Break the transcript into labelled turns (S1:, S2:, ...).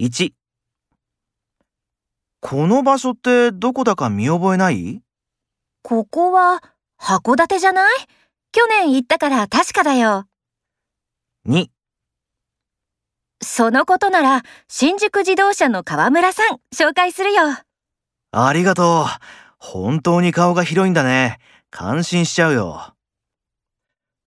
S1: 1この場所ってどこだか見覚えない
S2: ここは函館じゃない去年行ったから確かだよ。
S1: ?2
S2: そのことなら新宿自動車の河村さん紹介するよ。
S1: ありがとう。本当に顔が広いんだね。感心しちゃうよ。